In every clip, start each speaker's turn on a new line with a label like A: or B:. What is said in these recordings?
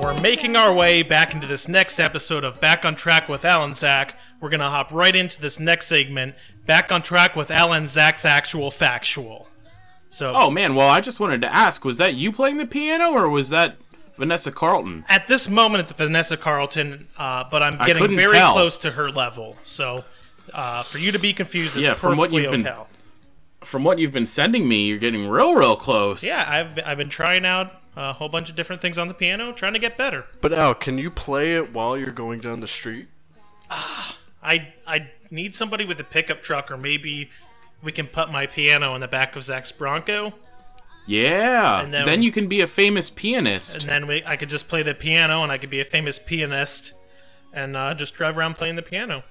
A: we're making our way back into this next episode of Back on Track with Alan Zach. We're gonna hop right into this next segment, Back on Track with Alan Zach's actual factual. So
B: Oh man, well I just wanted to ask, was that you playing the piano or was that Vanessa Carlton?
A: at this moment, it's Vanessa Carlton, uh, but I'm getting
B: couldn't
A: very
B: tell.
A: close to her level. So uh, for you to be confused is
B: Yeah,
A: perfectly
B: from what you've
A: okay.
B: been- From what you've been sending me, you're getting real, real close.
A: Yeah, I've I've been trying out a whole bunch of different things on the piano, trying to get better.
C: But Al, can you play it while you're going down the street?
A: I I need somebody with a pickup truck, or maybe we can put my piano in the back of Zach's Bronco,
B: Yeah.
A: And then-
B: then, you can be a famous pianist.
A: and then we I could just play the piano, and I could be a famous pianist, and uh, just drive around playing the piano.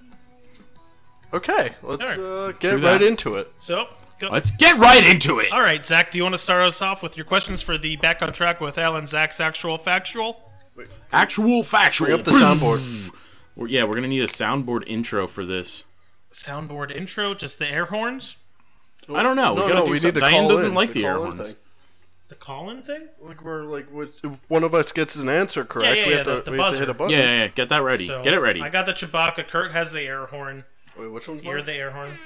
C: Okay, let's
A: Alright.
C: uh, get
B: True
C: right
B: that.
C: into it.
A: So go.
B: Let's get right into it.
A: All right, Zach, do you want to start us off with your questions for the back on track with Alan Zach's actual factual?
B: Actual factual.
C: Bring up the soundboard.
B: We're- yeah, we're gonna need a soundboard intro for this.
A: soundboard intro, just the air horns,
B: I don't know. we
C: No,
B: gotta
C: no,
B: do
C: we
B: some-
C: need to
B: Diane
C: call
B: doesn't
C: in,
B: like
C: the
B: the air
C: call in
B: horns.
C: thing.
A: the call-in thing.
C: Like we're like, with- if one of us gets an answer correct,
A: yeah,
C: we,
A: yeah,
C: have,
A: the-
C: to,
A: the
C: we have to
A: buzzer.
C: hit a button.
B: Yeah, yeah, yeah, get that ready.
A: So
B: get it ready.
A: I got the Chewbacca. Kurt has the air horn.
C: Wait, which one's
A: You're
C: mine?
A: the air horn.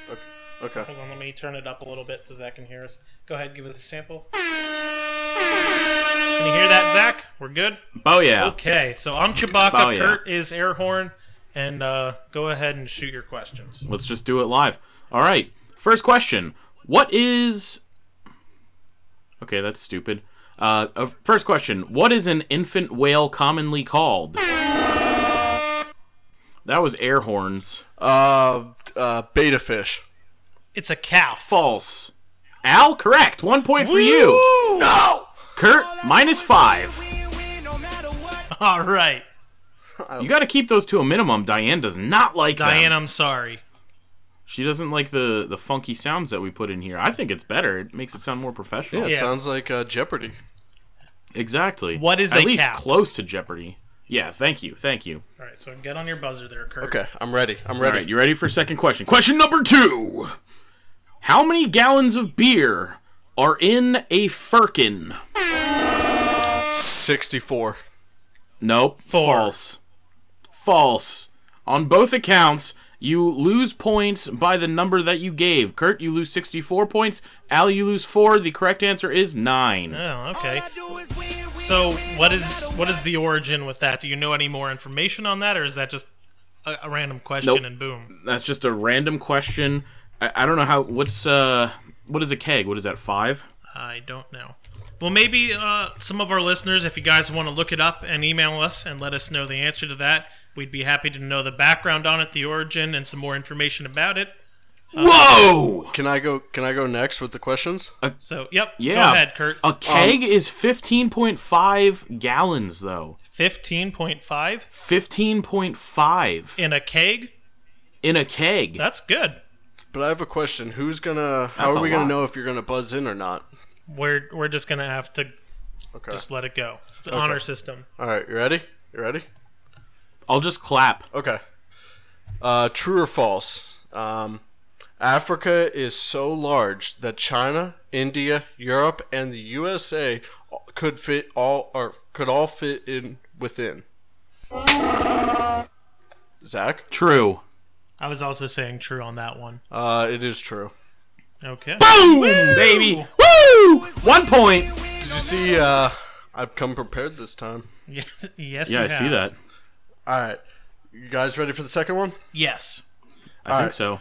C: Okay.
A: Hold on, let me turn it up a little bit so Zach can hear us. Go ahead, give us a sample. Can you hear that, Zach? We're good.
B: oh yeah.
A: Okay, so I'm Chewbacca.
B: Oh, yeah.
A: Kurt is air horn, and uh, go ahead and shoot your questions.
B: Let's just do it live. All right. First question. What is. Okay, that's stupid. Uh, uh, first question. What is an infant whale commonly called? That was air horns.
C: Uh, uh, beta fish.
A: It's a calf.
B: False. Al, correct. One point for you.
C: No!
B: Kurt, minus five.
A: All right,
B: You got to keep those to a minimum. Diane does not like them.
A: Diane, I'm sorry.
B: She doesn't like the the funky sounds that we put in here. I think it's better. It makes it sound more professional.
C: Yeah, it
A: Yeah.
C: sounds like uh, Jeopardy.
B: Exactly.
A: What is
B: at
A: a
B: least
A: cow?
B: close to Jeopardy? Yeah. Thank you. Thank you.
A: All right, so get on your buzzer there, Kurt.
C: Okay, I'm ready. I'm
B: All
C: ready.
B: right, you ready for second question? Question number two: How many gallons of beer are in a firkin?
C: 64.
B: Nope.
A: Four.
B: False. False. On both accounts, you lose points by the number that you gave. Kurt, you lose 64 points. Al, you lose four. The correct answer is nine.
A: Oh, okay. So, what is what is the origin with that? Do you know any more information on that, or is that just a, a random question
B: Nope.
A: and boom?
B: That's just a random question. I, I don't know how. What's uh? What is a keg? What is that? Five.
A: I don't know. Well, maybe uh, some of our listeners, if you guys want to look it up and email us and let us know the answer to that, we'd be happy to know the background on it, the origin, and some more information about it.
B: Whoa!
C: Can I go Can I go next with the questions?
A: So, yep.
B: Yeah. Uh,
A: Go ahead, Kurt.
B: A keg is 15.5 gallons, though.
A: Fifteen point five
B: 15.5
A: in a keg.
B: in a keg.
A: That's good.
C: But I have a question. Who's gonna? How
B: That's
C: are
B: a
C: we gonna
B: lot.
C: know if you're gonna buzz in or not?
A: We're we're just gonna have to
C: Okay.
A: just let it go. It's an honor system.
C: All right. You ready? You ready?
B: I'll just clap.
C: Okay. Uh, true or false? Um, Africa is so large that China, India, Europe, and the USA could fit all or could all fit in within. Zach,
B: True.
A: I was also saying true on that one.
C: uh, it is true.
A: Okay.
B: Boom, baby. Woo! One point.
C: Did you see? Uh, I've come prepared this time.
A: Yes, yes
B: Yeah,
A: you
B: I see
A: have.
B: that.
C: All right, you guys ready for the second one?
A: Yes.
B: I think so.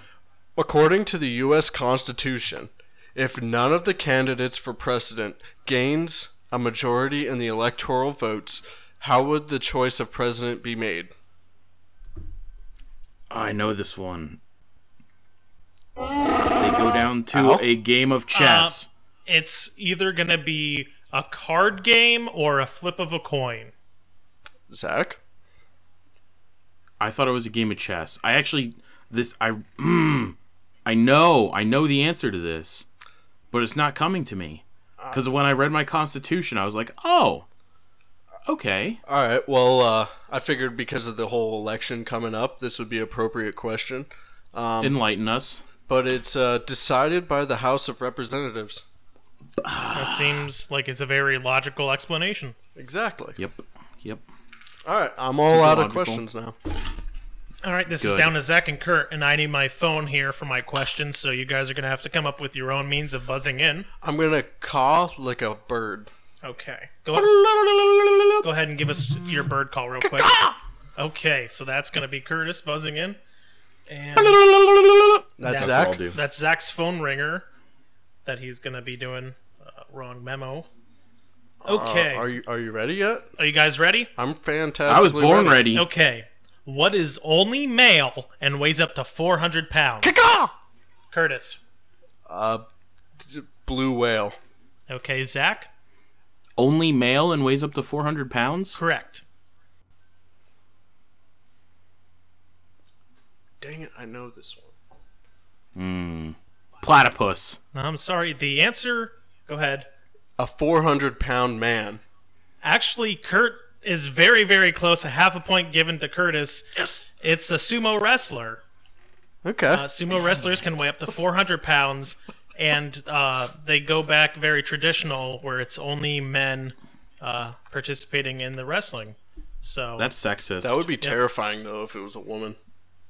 C: According to the U.S. Constitution, if none of the candidates for president gains a majority in the electoral votes, how would the choice of president be made?
B: I know this one. They go down to a game of chess.
A: It's either going to be a card game or a flip of a coin.
C: Zach?
B: I thought it was a game of chess. I actually this I mm, I know I know the answer to this, but it's not coming to me because when I read my constitution, I was like, oh, okay,
C: All right, well, uh, I figured because of the whole election coming up, this would be an appropriate question. Um,
B: enlighten us.
C: But it's uh, decided by the House of Representatives.
B: Ah.
A: That seems like it's a very logical explanation.
C: Exactly.
B: Yep, yep.
C: All right, I'm all out of
B: logical.
C: questions now.
A: All right, this is
B: Good.
A: down to Zach and Kurt, and I need my phone here for my questions. So you guys are gonna have to come up with your own means of buzzing in.
C: I'm gonna caw like a bird.
A: Okay, go go ahead and give us your bird call real quick. Okay, so that's gonna be Curtis buzzing in, and
C: That's,
A: That's
B: That's all
C: Zach.
B: I'll do.
A: that's Zach's phone ringer that he's gonna be doing. Uh, wrong memo. Okay,
C: Uh, Are you are you ready yet?
A: are you guys ready?
C: I'm
B: I was
C: fantastic.
B: born ready.
A: Okay. What is only male and weighs up to 400 pounds? Curtis.
C: Blue whale.
A: Okay, Zach.
B: Only male and weighs up to 400 pounds?
A: Correct.
C: Dang it! I know this one.
B: Hmm. Platypus.
A: I'm sorry. The answer. Go ahead.
C: A 400 pound man.
A: Actually, Kurt is very, very close. A half a point given to Curtis.
C: Yes.
A: It's a sumo wrestler.
C: Okay.
A: Uh, sumo wrestlers can weigh up to 400 pounds, and uh, they go back very traditional, where it's only men uh, participating in the wrestling. So
B: That's sexist.
C: that would be terrifying though if it was a woman.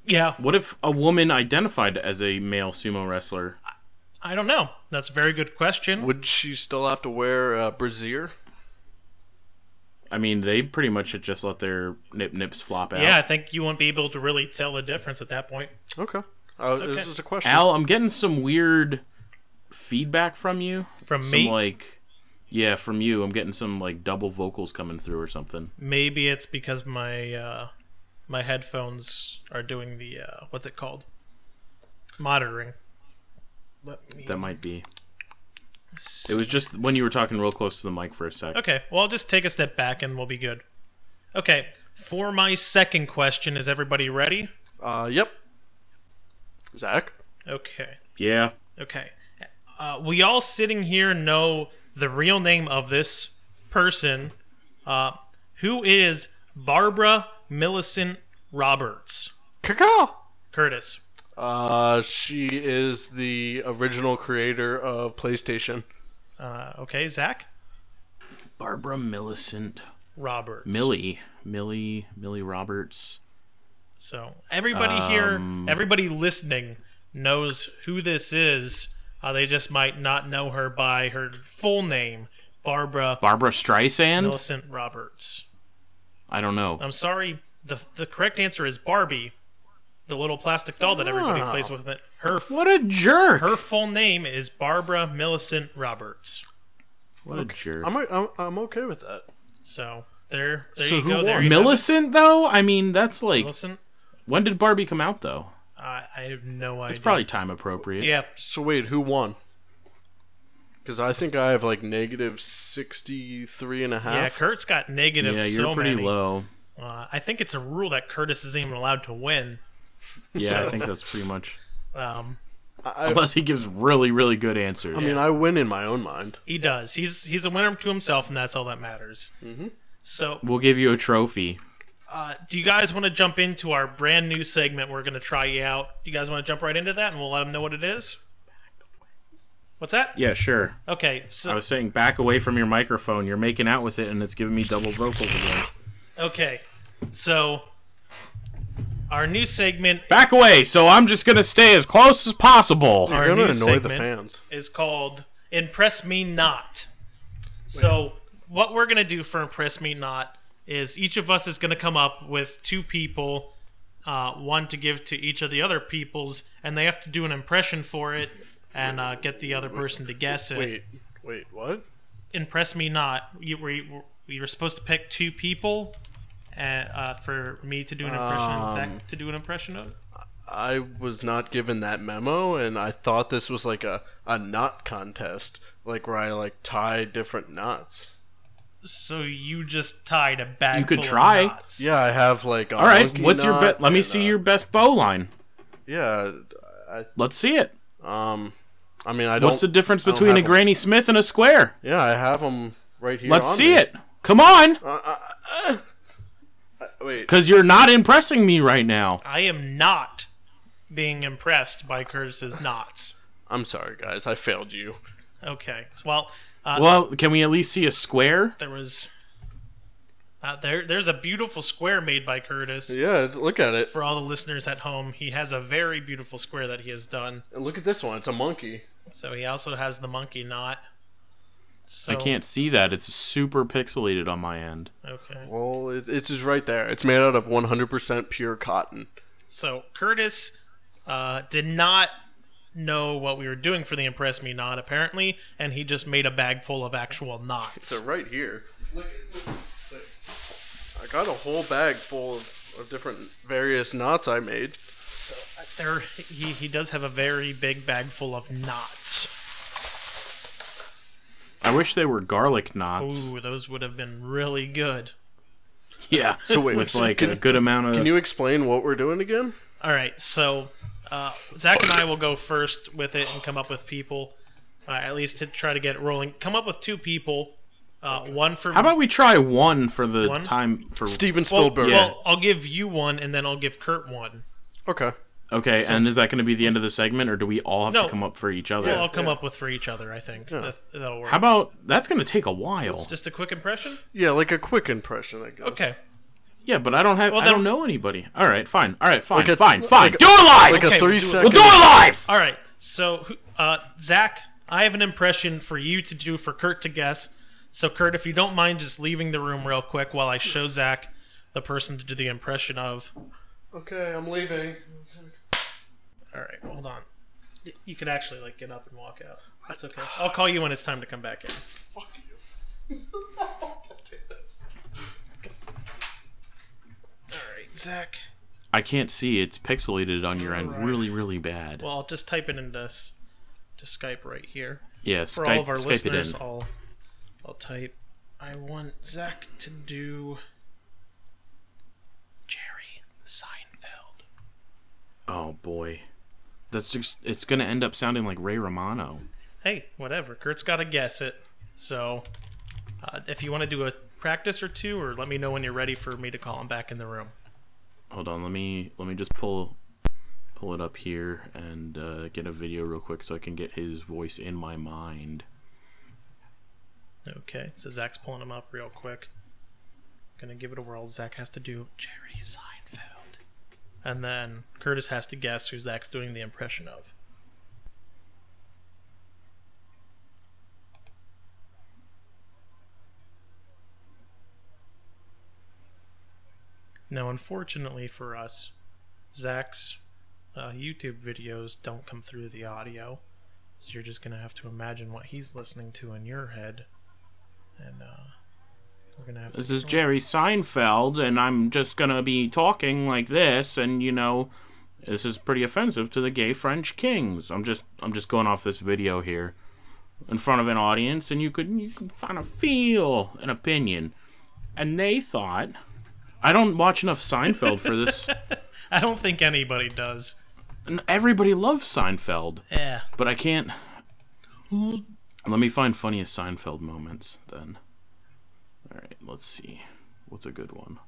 A: yeah,
B: what if a woman identified as a male sumo wrestler?
A: I don't know. That's a very good question.
C: Would she still have to wear a brassiere?
B: I mean, they pretty much had just let their nip nips flop out.
A: Yeah, I think you won't be able to really tell the difference at that point.
C: Okay. Uh, This is a question.
B: Al, I'm getting some weird feedback from you.
A: From
B: some
A: me,
B: like yeah, from you. I'm getting some like double vocals coming through or something.
A: maybe it's because my uh, my headphones are doing the uh, what's it called monitoring. Let me.
B: That might be. It was just when you were talking real close to the mic for a sec.
A: Okay, well I'll just take a step back and we'll be good. Okay, for my second question, is everybody ready?
C: Uh, yep. Zach.
A: Okay,
B: Yeah.
A: okay. Uh, we all sitting here know the real name of this person, uh, who is Barbara Millicent Roberts.
C: Caw.
A: Curtis.
C: Uh, she is the original creator of PlayStation.
A: Uh, okay, Zach.
B: Barbara Millicent.
A: Roberts.
B: Millie. Millie Millie Roberts.
A: So everybody
B: Um,
A: here, everybody listening knows who this is. Uh, they just might not know her by her full name, Barbara
B: Barbara Streisand?
A: Millicent Um, Roberts.
B: I don't know.
A: I'm sorry. the The correct answer is Barbie, the little plastic doll that everybody
B: Ah.
C: Wow.
A: plays with. It. Her f-
B: What a jerk.
A: her full name is Barbara Millicent Roberts.
B: what a jerk.
C: I'm I'm, I'm okay with that.
A: So there, there
C: So
A: you
C: who
A: go. There
C: won?
A: you have it.
B: Millicent though? I mean, that's like
A: Millicent.
B: when did Barbie come out though?
A: I I have no idea.
B: It's probably time appropriate.
A: yeah.
C: So wait, who won? Because I think I have like negative 63 and a
A: Yeah,
C: half.
A: Kurt's got negative.
B: Yeah, you're
A: so
B: pretty
A: many.
B: low.
A: Uh, I think it's a rule that Curtis isn't even allowed to win.
B: Yeah, I think that's pretty much.
A: Um,
B: Unless he gives really, really good answers.
C: I mean, I win in my own mind.
A: he does. He's he's a winner to himself, and that's all that matters. Mm-hmm. So,
B: we'll give you a trophy.
A: uh, do you guys want to jump into our brand new segment? We're going to try you out. Do you guys want to jump right into that, and we'll let them know what it is? What's that?
B: Yeah, sure.
A: Okay,
B: I
A: so
B: was saying back away from your microphone. You're making out with it, and it's giving me double vocals again.
A: okay, so our new segment
B: Back away. So I'm just gonna stay as close as possible.
A: Our
C: You're gonna
A: new
C: annoy the
A: segment.
C: fans.
A: is called Impress Me Not. So, what we're going to do for Impress Me Not is each of us is going to come up with two people, uh, one to give to each of the other people's, and they have to do an impression for it and uh, get the other person to guess it.
C: Wait, wait, what?
A: Impress Me Not, you were, you were supposed to pick two people. And, uh, for me to do an impression, and
B: Um.
A: Zach to do an impression of.
C: I was not given that memo, and I thought this was like a a knot contest, like where I like tie different knots.
A: So you just tied a bag.
B: You could
A: full of
B: try.
A: knots.
C: Yeah, I have like. A
B: All right.
C: monkey
B: What's your
C: knot
B: bet? Let me
C: and,
B: see
C: uh,
B: your best bow line.
C: Yeah,
B: Let's see it.
C: um, I mean, I don't.
B: What's the difference
C: don't
B: between a
C: have 'em.
B: Granny Smith and a square?
C: Yeah, I have them right here.
B: Let's
C: on
B: see
C: me. Uh,
B: it. Come on,
C: Wait,
B: because you're not impressing me right now.
A: I am not being impressed by Curtis's knots.
C: I'm sorry, guys. I failed you.
A: Okay. Well, uh,
B: Well, can we at least see a square?
A: there was Uh, there, there's a beautiful square made by Curtis.
C: Yeah, it's- look at it.
A: For all the listeners at home, he has a very beautiful square that he has done.
C: And look at this one. It's a monkey.
A: So he also has the monkey knot. So,
B: I can't see that. It's super pixelated on my end.
A: Okay.
C: Well, it, it's just right there. It's made out of 100% pure cotton.
A: So Curtis uh, did not know what we were doing for the Impress Me Knot, apparently, and he just made a bag full of actual knots.
C: So right here. Look, look, look. I got a whole bag full of, of different various knots I made.
A: So, uh, there, he, he does have a very big bag full of knots.
B: I wish they were garlic knots.
A: Ooh, those would have been really good.
B: Yeah. So
C: wait,
B: with
C: so
B: like
C: can-
B: a good amount of
C: Can you explain what we're doing again?
A: All right, so uh, Zach and I will go first with it and come up with people, uh, at least to try to get it rolling. Come up with two people, uh, one for
B: How about we try one for the
A: One?
B: time for
C: Steven
A: well,
C: Spielberg.
A: well, I'll give you one and then I'll give Kurt one.
C: Okay.
B: Okay, and is that going to be the end of the segment or do we all have
A: No.
B: to come up for each other?
A: Well, I'll come up with for each other. I think that, that'll work.
B: How about that's going to take a while.
A: Just a quick impression.
C: Yeah, like a quick impression, I guess.
A: Okay.
B: Yeah, but I don't have I
A: then-
B: don't know anybody. All right, fine. All right, fine.
C: a-
B: fine.
C: like
B: Fine.
C: a-
B: do it live.
C: Like
A: Okay, we'll
C: a
A: do
C: three
A: it.
C: second.
B: we'll do it live.
A: All right. So, who- uh, Zach, I have an impression for you to do for Kurt to guess. So, Kurt, if you don't mind just leaving the room real quick while I show Zach the person to do the impression of.
C: Okay, I'm leaving.
A: All right, hold on. Y- You could actually like get up and walk out. That's okay. I'll call you when it's time to come back in.
C: Fuck you.
A: All right, Zach.
B: I can't see. It's pixelated on your end really really bad.
A: Well, I'll just type it into s- to Skype right here.
B: yeah,
A: for
B: Skype,
A: all of our
B: Skype
A: listeners,
B: it in.
A: I'll I'll type. I want Zach to do Jerry Seinfeld.
B: Oh boy. That's just it's going to end up sounding like Ray Romano.
A: Hey, whatever. Kurt's got to guess it. So, uh, if you want to do a practice or two, or let me know when you're ready for me to call him back in the room.
B: Hold on, let me let me just pull pull it up here and uh, get a video real quick so I can get his voice in my mind.
A: Okay. So Zach's pulling him up real quick. Gonna give it a whirl. Zach has to do Jerry Seinfeld, and then Curtis has to guess who Zach's doing the impression of. Now, unfortunately for us, Zach's uh, YouTube videos don't come through the audio, so you're just gonna have to imagine what he's listening to in your head, and uh, we're gonna have to.
B: This is Jerry Seinfeld, and I'm just gonna be talking like this, and you know, this is pretty offensive to the gay French kings. I'm just I'm just going off this video here in front of an audience, and you could you can kind of feel an opinion, and they thought. I don't watch enough Seinfeld for this.
A: I don't think anybody does.
B: and everybody loves Seinfeld.
A: Yeah.
B: But I can't. Let me find funniest Seinfeld moments then. All right, let's see. What's a good one?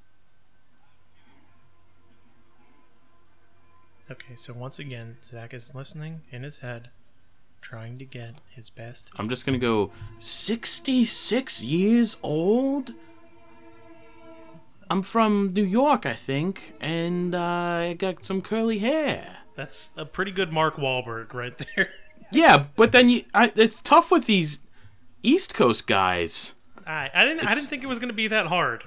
A: Okay, so once again, Zach is listening in his head, trying to get his best.
B: I'm just gonna go 66 years old. I'm from New York, I think, and uh, I got some curly hair.
A: That's a pretty good Mark Wahlberg right there.
B: Yeah, but then you, I, it's tough with these East Coast guys.
A: I, I didn't I didn't think it was gonna be that hard.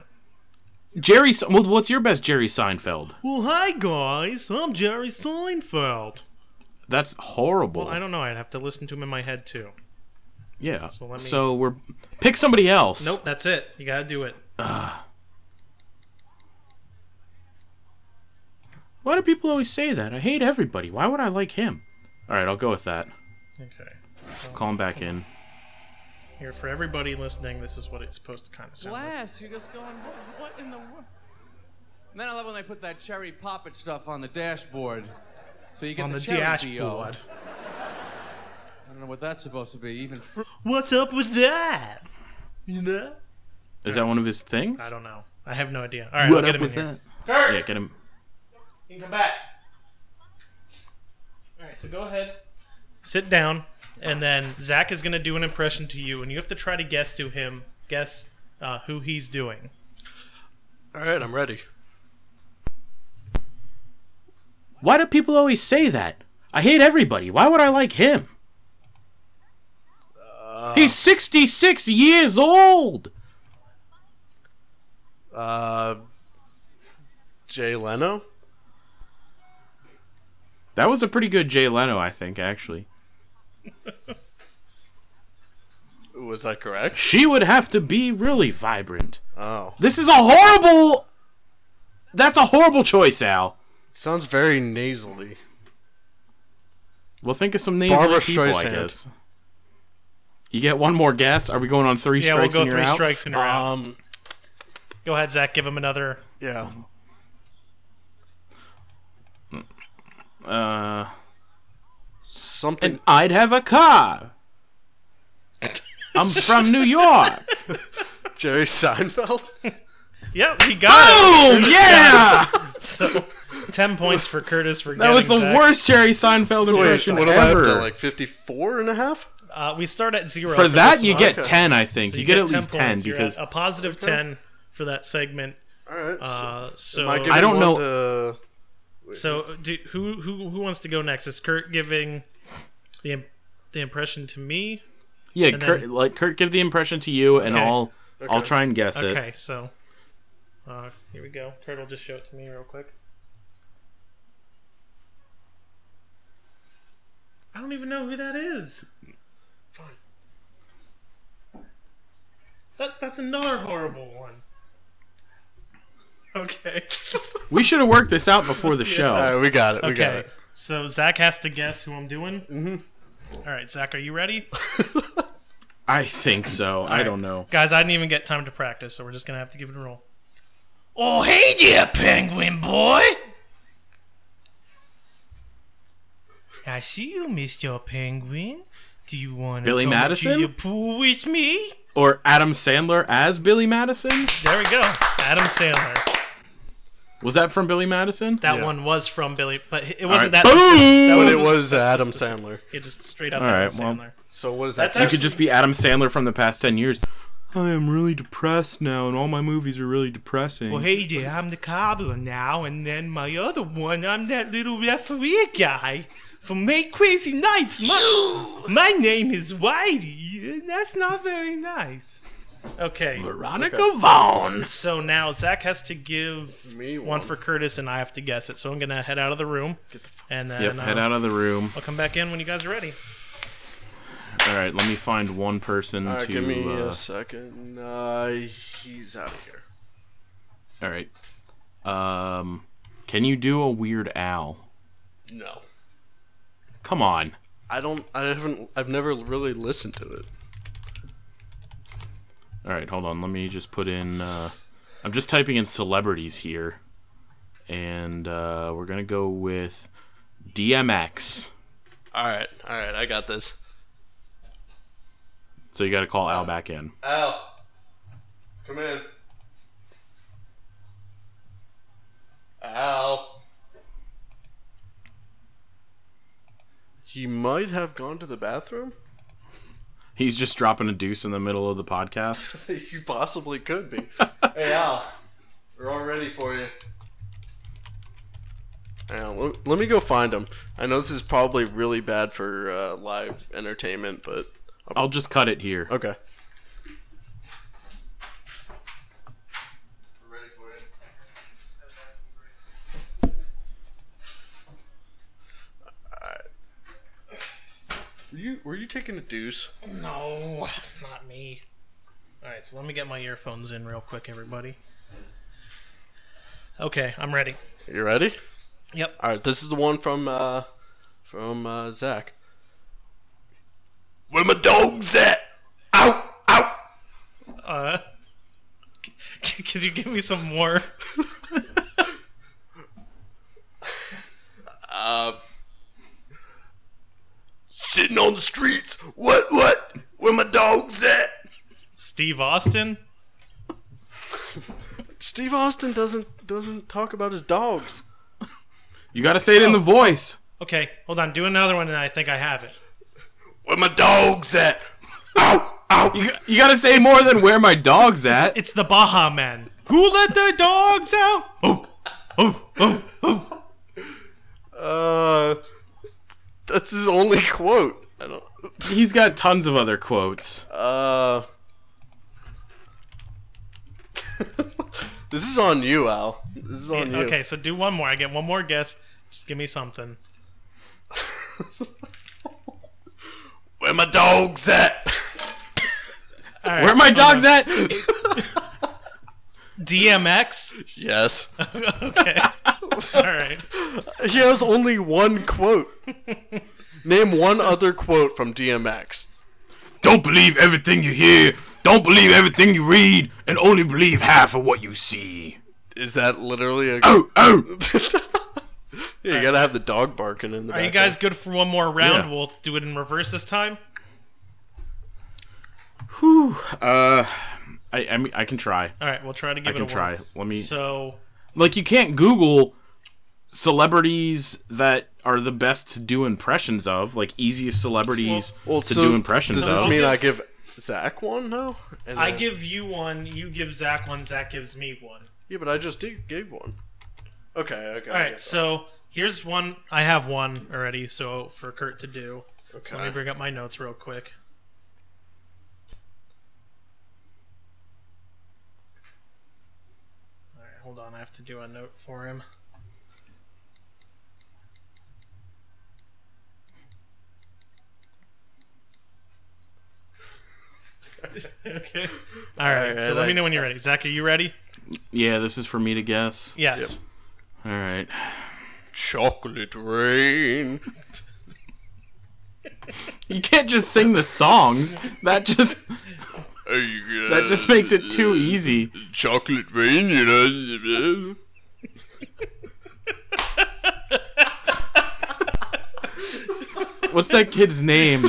B: Jerry, Se- well, what's your best Jerry Seinfeld?
A: Well, hi guys, I'm Jerry Seinfeld.
B: That's horrible.
A: Well, I don't know. I'd have to listen to him in my head too.
B: yeah.
A: let me-
B: so we're pick somebody else.
A: Nope, that's it. You gotta do it.
B: Why do people always say that? I hate everybody. Why would I like him? All right, I'll go with that.
A: Okay.
B: Call him back in.
A: Here for everybody listening, this is what it's supposed to kind of sound like.
D: Glass, you're just going, what, what in the world? And then I love when they put that cherry poppet stuff on the dashboard. So you get
A: On the
D: cherry
A: dashboard.
D: DO. I don't know what that's supposed to be. Even fruit.
A: What's up with that? You know?
B: Is that one of his things?
A: I don't know. I have no idea. All right,
B: What
A: I'll get him
B: up with
A: in here.
B: that?
A: Kurt!
B: Yeah, get him.
A: You can come back. All right, so go ahead. Sit down, and then Zach is going to do an impression to you, and you have to try to guess to him, guess uh, who he's doing.
C: All right, I'm ready.
B: Why do people always say that? I hate everybody. Why would I like him? He's 66 years old.
C: Uh, Jay Leno.
B: That was a pretty good Jay Leno, I think, actually.
C: Was I correct?
B: She would have to be really vibrant.
C: Oh,
B: This is a horrible. That's a horrible choice, Al.
C: sounds very nasally.
B: Well, think of some names
C: Barbra
B: like people, I
C: Streisand.
B: guess. You get one more guess. Are we going on three
A: Yeah, we'll
B: strikes
A: go
B: and you're
A: three
B: out? Uh,
A: strikes in a row.
C: Um,
A: Go ahead, Zach. Give him another.
C: yeah.
B: Uh,
C: Something.
B: I'd have a car. I'm from New York.
C: Jerry Seinfeld.
A: Yep, he got
C: Oh,
B: Boom!
A: it.
B: Yeah!
A: it. So, ten points for Curtis for
B: That was the worst Jerry Seinfeld
C: Wait,
B: impression
C: what am I up
B: ever.
C: to? Like 54 and a half?
A: Uh, we start at zero
B: For that,
A: this
B: you
A: one.
B: get
C: Okay.
B: 10, I think.
A: So
B: you, get, at
A: 10
B: least 10
A: points. You're
B: because
A: at a positive ten for that segment.
C: All right.
A: Uh, so
C: am I, giving
B: I don't
C: one
B: know-
C: to-
A: So, do, who who who wants to go next? Is Kurt giving the im- the impression to me?
B: Yeah,
A: And
B: Kurt,
A: then-
B: like Kurt, give the impression to you, and
A: Okay.
B: I'll I'll try and guess it.
A: Okay, so uh, here we go. Kurt will just show it to me real quick. I don't even know who that is. That that's another horrible one. Okay.
B: We should have worked this out before the
C: All
B: show.
C: right, Oh. we got it. We got
A: okay.
C: it.
A: So Zach has to guess who I'm doing. Mm-hmm. All right, Zach, are you ready?
B: I think so. I don't know.
A: Guys, I didn't even get time to practice, so we're just gonna have to give it a roll. Oh hey there, penguin boy! I see you, Mr. Penguin. Do you want to
B: Billy
A: come
B: Madison?
A: to your pool with me?
B: Or Adam Sandler as Billy Madison?
A: There we go, Adam Sandler.
B: Was that from Billy Madison?
A: That
C: Yeah.
A: one was from Billy, but it wasn't
B: right.
A: that. specific- That
B: Boom!
C: But
A: wasn't
C: it was uh,
A: specific-
C: Adam Sandler.
A: Yeah, just straight up
B: All
A: Adam
B: right, well.
A: Sandler.
C: So what is that?
A: That's
B: It could just be Adam Sandler from the past ten years. I am really depressed now, and all my movies are really depressing.
A: Well, hey there, I'm the cobbler now, and then my other one, I'm that little referee guy from Make Crazy Nights. My, my name is Whitey, and that's not very nice. Okay,
B: Veronica Vaughn.
A: so now Zach has to give
C: Me
A: one.
C: one.
A: for Curtis, and I have to guess it. So I'm gonna head out of the room, and then
B: Yep,
A: uh,
B: head out of the room.
A: I'll come back in when you guys are ready.
B: All right, let me find one person
C: All right,
B: to.
C: give me
B: uh,
C: a second. Uh, he's out of here.
B: all right. Um, can you do a Weird Al?
C: No,
B: Come on.
C: I don't. I haven't. I've never really listened to it.
B: All right, hold on. Let me just put in. Uh, I'm just typing in celebrities here, and uh, we're gonna go with DMX.
C: All right, all right, I got this.
B: So you got to call Al back in.
C: Al, come in. Al. He might have gone to the bathroom.
B: He's just dropping a deuce in the middle of the podcast.
C: you possibly could be. hey Al, we're all ready for you. let, let me go find him. I know this is probably really bad for uh, live entertainment, but
B: I'll just cut it here.
C: okay. We're ready for you. Alright. Were you, were you taking a deuce?
A: No, not me. All right, so let me get my earphones in real quick, everybody. Okay, I'm ready.
C: You ready?
A: Yep.
C: All right, this is the one from uh, from uh, Zach. Where my dogs at? Ow, ow.
A: Uh, c- could you give me some more?
C: Sitting on the streets. What, what? Where my dogs at?
A: Steve Austin?
C: Steve Austin doesn't doesn't talk about his dogs.
B: You got to say it in the voice.
A: Okay, hold on. Do another one, and I think I have it.
C: Where my dogs at? Ow, ow.
B: You got to say more than where my dog's at.
A: It's the Baja Man. Who let the dogs out? Oh, oh, oh, oh.
C: Uh, that's his only quote. I don't.
B: He's got tons of other quotes.
C: Uh, this is on you, Al. This is on you.
A: Okay, so do one more. I get one more guess. Just give me something.
C: Where my dogs at?
A: All right,
B: Where are my
A: hold
B: dogs
A: on.
B: at?
A: DMX.
C: yes.
A: Okay. All right.
C: He has only one quote. Name one other quote from DMX.
B: Don't believe everything you hear. Don't believe everything you read, and only believe half of what you see.
C: Is that literally a?
B: Oh, oh.
C: Yeah, you gotta have the dog barking in the.
A: Are you
C: background.
A: guys good for one more round?
B: Yeah.
A: We'll do it in reverse this time.
B: Uh, I, I mean, I can try.
A: All right, we'll try to give
B: I
A: it a
B: can try.
A: whirl.
B: Let me.
A: So,
B: Like, you can't Google celebrities that are the best to do impressions of, like easiest celebrities to
C: so
B: do impressions
C: Does this
B: of.
C: mean I give Zach one now? And
A: I
C: then-
A: give you one, you give Zach one, Zach gives me one.
C: Yeah, but I just did, gave one. Okay. Okay.
A: All right, so here's one. I have one already, so for Kurt to do. So let me
C: Okay.
A: bring up my notes real quick. All right, hold on. I have to do a note for him. okay. All right,
C: right,
A: so let
C: I-
A: me know when you're ready. Zach, are you ready?
B: yeah, this is for me to guess.
A: Yes.
B: All right.
C: Chocolate rain.
B: You can't just sing the songs. That just that just makes it too easy.
C: chocolate rain. You know.
B: What's that kid's name?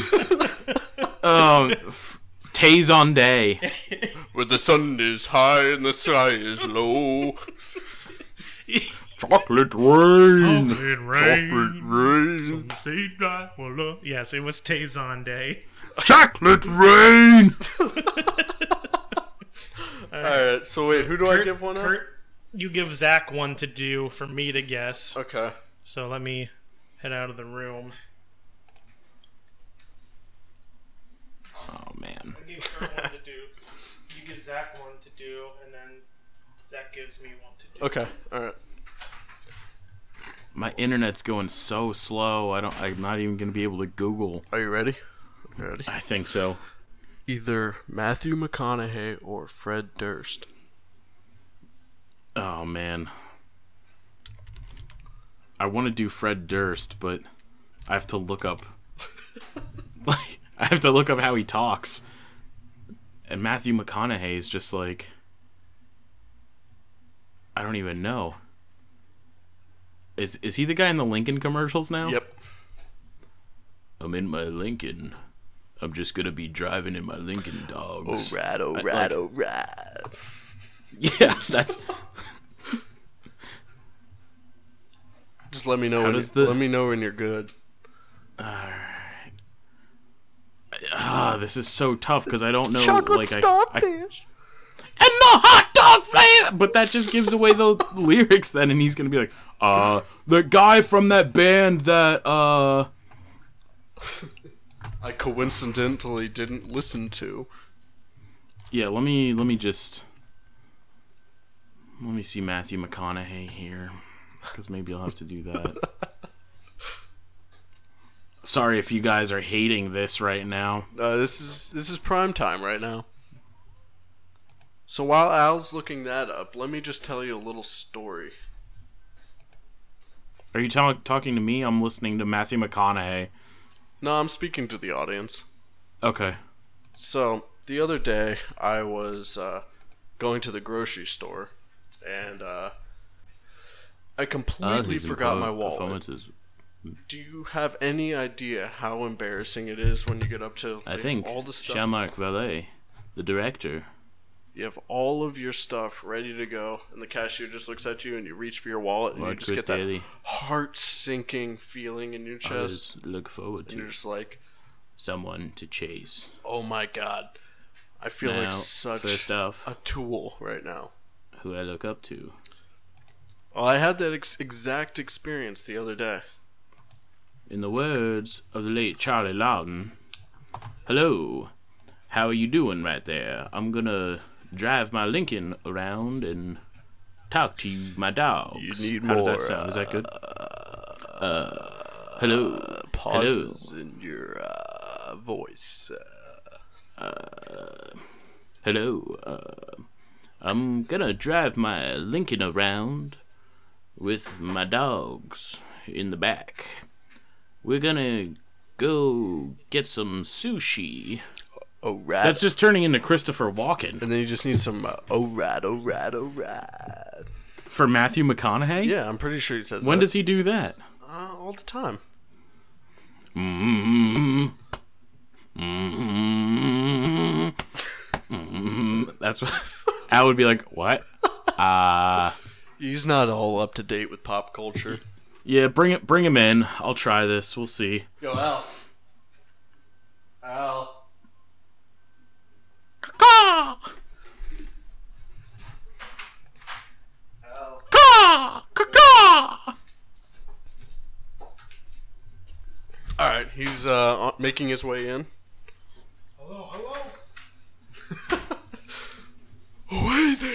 B: Um, f- Taze on Day.
C: Where the sun is high and the sky is low.
B: Chocolate
C: Oh.
B: rain.
A: It rained.
C: rain.
A: Yes, it was Tazon Day.
B: Chocolate rain.
C: All right. So wait, who do I give one? Up?
A: Kurt, you give Zach one to do for me to guess.
C: Okay.
A: So let me head out of the room.
B: Oh man.
A: I give Kurt one to do. You give Zach one to do, and then Zach gives me one to do.
C: Okay. All right.
B: My internet's going so slow. I don't. I'm not even gonna be able to Google.
C: Are you ready? You ready?
B: I think so.
C: Either Matthew McConaughey or Fred Durst.
B: Oh man. I want to do Fred Durst, but I have to look up. like I have to look up how he talks. And Matthew McConaughey is just like I don't even know. Is is he the guy in the Lincoln commercials now?
C: Yep.
B: I'm in my Lincoln. I'm just gonna be driving in my Lincoln dogs.
C: Right. Oh,
B: like-
C: right. Oh, right.
B: Yeah, that's
C: Just let me know. When
B: does
C: you-
B: the-
C: Let me know when you're good.
B: ah, this is so tough because I don't know. like, I- I,
C: starfish.
B: and the hot dog flavor. But that just gives away the lyrics then, and he's gonna be like, uh, the guy from that band that, uh,
C: I coincidentally didn't listen to.
B: yeah. Let me let me just let me see Matthew McConaughey here, because maybe I'll have to do that. Sorry if you guys are hating this right now.
C: Uh, this is this is prime time right now. So while Al's looking that up, let me just tell you a little story.
B: Are you talk- talking to me? I'm listening to Matthew McConaughey.
C: No, I'm speaking to the audience.
B: Okay.
C: So the other day, I was uh, going to the grocery store, and uh, I
B: Uh,
C: completely forgot my wallet. Do you have any idea how embarrassing it is when you get up to
B: I
C: leave
B: think
C: all the stuff?
B: Jean-Marc Vallée, the director,
C: You have all of your stuff ready to go, and the cashier just looks at you, and you reach for your wallet, and you
B: Mark
C: just get that
B: Daly,
C: heart sinking feeling in your chest.
B: is look forward
C: and
B: to
C: you're just like,
B: someone to chase.
C: oh my god, I feel
B: Now,
C: like such
B: first off,
C: a tool right now.
B: who I look up to.
C: Well, I had that ex- exact experience the other day.
B: In the words of the late Charlie Loudon, hello, how are you doing right there? I'm gonna drive my Lincoln around and talk to you, my dog.
C: You need
B: how Does that
C: more,
B: sound? Is that good? Uh, hello.
C: Pauses in your uh, voice.
B: Hello. Uh, I'm gonna drive my Lincoln around with my dogs in the back. We're gonna go get some sushi.
C: Oh, rat.
B: That's just turning into Christopher Walken
C: and then you just need some uh, oh rat, oh rat, oh rat.
B: for Matthew McConaughey.
C: Yeah, I'm pretty sure he says
B: When
C: that
B: does he do that?
C: uh, all the time.
B: That's what I would be like. What?
C: He's not all up to date with pop culture.
B: Yeah, bring it. Bring him in. I'll try this. We'll see.
C: Yo, Al. Al.
B: Caw! Caw! Caw!
C: All right, he's uh, on- making his way in. Hello, hello. Away there.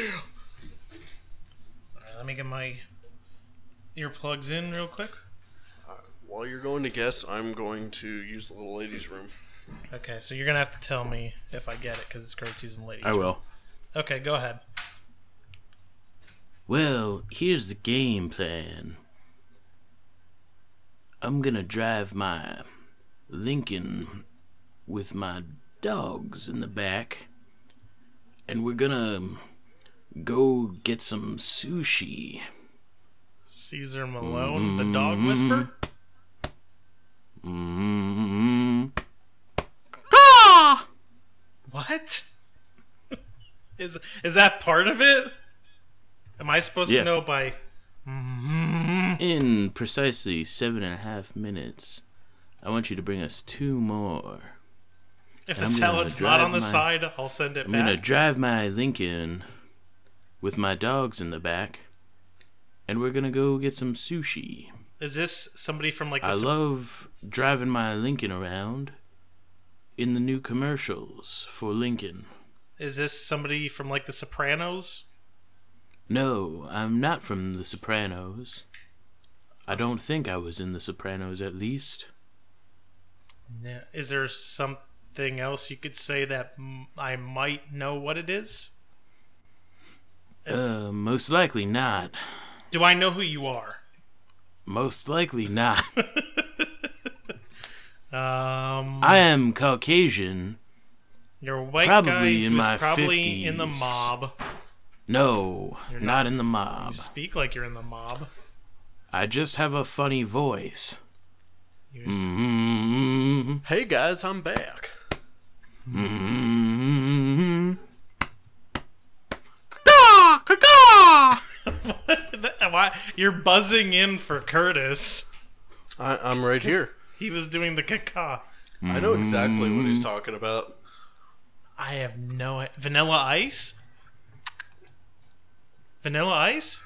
A: Alright, let me get my earplugs in real quick.
C: While you're going to guess, I'm going to use the little ladies' room.
A: Okay, so you're gonna have to tell me if I get it because it's great season ladies.
B: I will.
A: Okay, go ahead.
B: Well, here's the game plan. I'm gonna drive my Lincoln with my dogs in the back, and we're gonna go get some sushi.
A: Caesar Malone, the dog whisper.
C: Mm-hmm.
B: mm Caw!
A: What? is is that part of it? Am I supposed
B: Yeah.
A: to know by
B: In precisely seven and a half minutes, I want you to bring us two more.
A: if
B: I'm
A: the salad's
B: gonna
A: not on the
B: drive my-
A: side, I'll send it
B: I'm
A: back.
B: gonna drive my Lincoln with my dogs in the back, and we're gonna go get some sushi.
A: Is this somebody from like the
B: I
A: Sop-
B: love driving my Lincoln around in the new commercials for Lincoln.
A: Is this somebody from like the Sopranos?
B: No, I'm not from The Sopranos. I don't think I was in The Sopranos, at least.
A: No. Is there something else you could say that m- I might know what it is?
B: Uh, most likely not.
A: Do I know who you are?
B: Most likely not.
A: Um,
B: I am Caucasian.
A: you're a white
B: probably
A: guy
B: in
A: who's
B: my
A: probably in the
B: 50s.
A: mob.
B: No, not,
A: not.
B: in the mob.
A: You speak like you're in the mob.
B: I just have a funny voice.
A: You're
B: Hmm.
A: just-
B: Mm-hmm.
C: Hey guys, I'm back.
A: Why you're buzzing in for Curtis?
C: I- I'm right here.
A: He was doing the caca.
C: I know exactly what
B: Mm-hmm.
C: he's talking about.
A: I have no i- vanilla ice. Vanilla ice.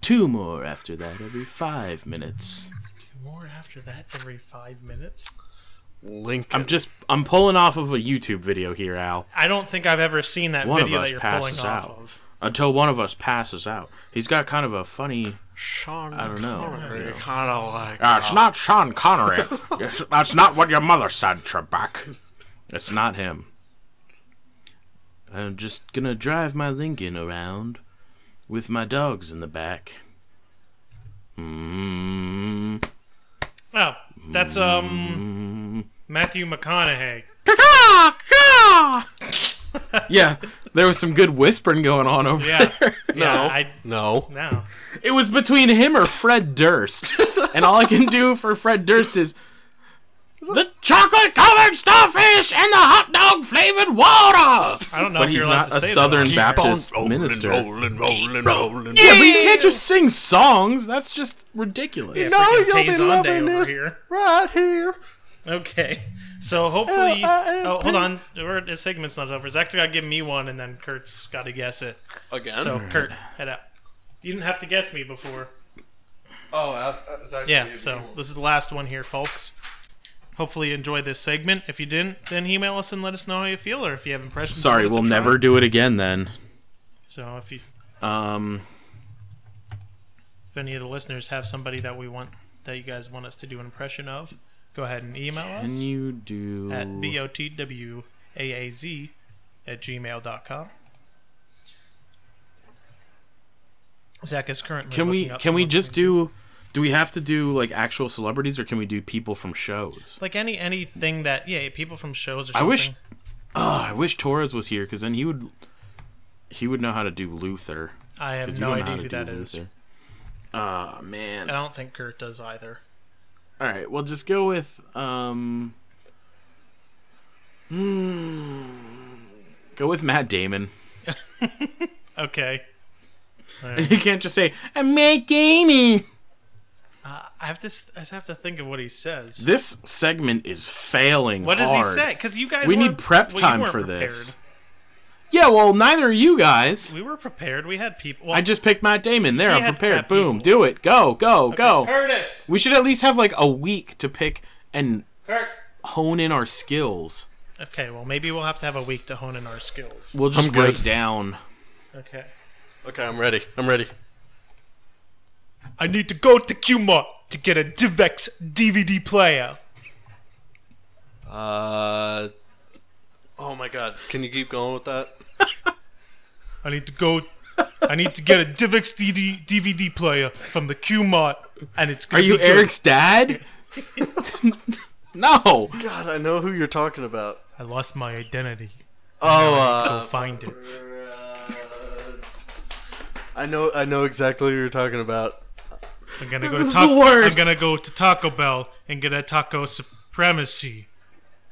B: Two more after that every five minutes.
A: More after that every five minutes.
C: Lincoln.
B: I'm just I'm pulling off of a YouTube video here, Al.
A: I don't think I've ever seen that
B: One of
A: video
B: us
A: that you're pulling
B: passes
A: off
B: out.
A: of.
B: Until one of us passes out. He's got kind of a funny
C: Sean
B: I don't know.
C: Connery. Kind of like.
B: Uh, it's not Sean Connery. It's- That's not what your mother said, Trebek. It's not him. I'm just gonna drive my Lincoln around with my dogs in the back. Mm.
A: Oh, that's um Matthew McConaughey.
B: yeah, there was some good whispering going on over
A: Yeah.
B: there.
C: No.
A: Yeah, I
C: no.
A: no.
B: It was between him or Fred Durst. and all I can do for Fred Durst is the chocolate covered starfish and the hot dog flavored water.
A: I don't know
B: But
A: if you're
B: he's
A: allowed
B: not
A: to
B: a
A: say that
B: Southern
A: on here.
B: Baptist.
C: Rolling,
B: Just
C: rolling,
B: minister.
C: Rolling, rolling, rolling.
B: Yeah, but you can't just sing songs. That's just ridiculous.
A: Freaking
C: you'll be
A: Tay Zonday
C: loving
A: over
C: this
A: here.
C: right here.
A: Okay. So hopefully. Oh, hold on. We're, the segment's not over. Zach's got to give me one, and then Kurt's got to guess it.
C: Again?
A: So, Kurt, head out. You didn't have to guess me before.
C: oh, I, I was actually
A: Yeah, so this is the last one here, folks. Hopefully, you enjoyed this segment. If you didn't, then email us and let us know how you feel, or if you have impressions.
B: Sorry,
A: let us
B: we'll
A: know.
B: never do it again then.
A: So, if you,
B: Um,
A: if any of the listeners have somebody that we want that you guys want us to do an impression of, go ahead and email
B: can
A: us
B: you do
A: at botwaaz at gmail.com. Zach is currently.
B: Can we
A: looking up
B: can we
A: someone
B: just do do we have to do like actual celebrities or can we do people from shows?
A: like any anything that yeah people from shows or
B: I
A: something.
B: wish oh, I wish Torres was here cuz then he would he would know how to do Luther.
A: I
B: 'cause
A: have
B: you
A: no
B: don't know how
A: idea
B: to
A: who
B: do
A: that is. Uh,
B: Luther. Ah, man.
A: I don't think Kurt does either.
B: All right, well just go with um hmm, go with Matt Damon.
A: Okay.
B: You can't just say "I'm Matt Damon.
A: Uh, I have to. s- I just have to think of what he says.
B: This segment is failing.
A: What does he
B: hard.
A: say? Because you guys
B: We need
A: weren't-
B: prep
A: well, you
B: time
A: weren't
B: for
A: prepared.
B: this. Yeah, well, neither are you guys.
A: We were prepared. We had people. Well,
B: I just picked Matt Damon. There,
A: He
B: I'm
A: had
B: prepared.
A: prep
B: Boom,
A: people.
B: do it. Go, go, go.
A: Curtis.
B: We should at least have like a week to pick and
A: Kurt.
B: hone in our skills.
A: Okay. Well, maybe we'll have to have a week to hone in our skills.
B: We'll just
C: I'm good.
B: write down.
A: Okay.
C: Okay, I'm ready. I'm ready.
A: I need to go to Qmart to get a DivX DVD player.
C: Uh, oh my God, can you keep going with that?
A: I need to go. I need to get a DivX DD DVD player from the Qmart, and it's.
B: Are
A: Gonna
B: you
A: be good.
B: Eric's dad? no.
C: God, I know who you're talking about.
A: I lost my identity.
C: Oh,
A: Go
C: uh,
A: find it.
C: I know, I know exactly who you're talking about.
A: I'm gonna go
B: This
A: to
B: is
A: Taco.
B: the worst.
A: I'm gonna go to Taco Bell and get a taco supremacy,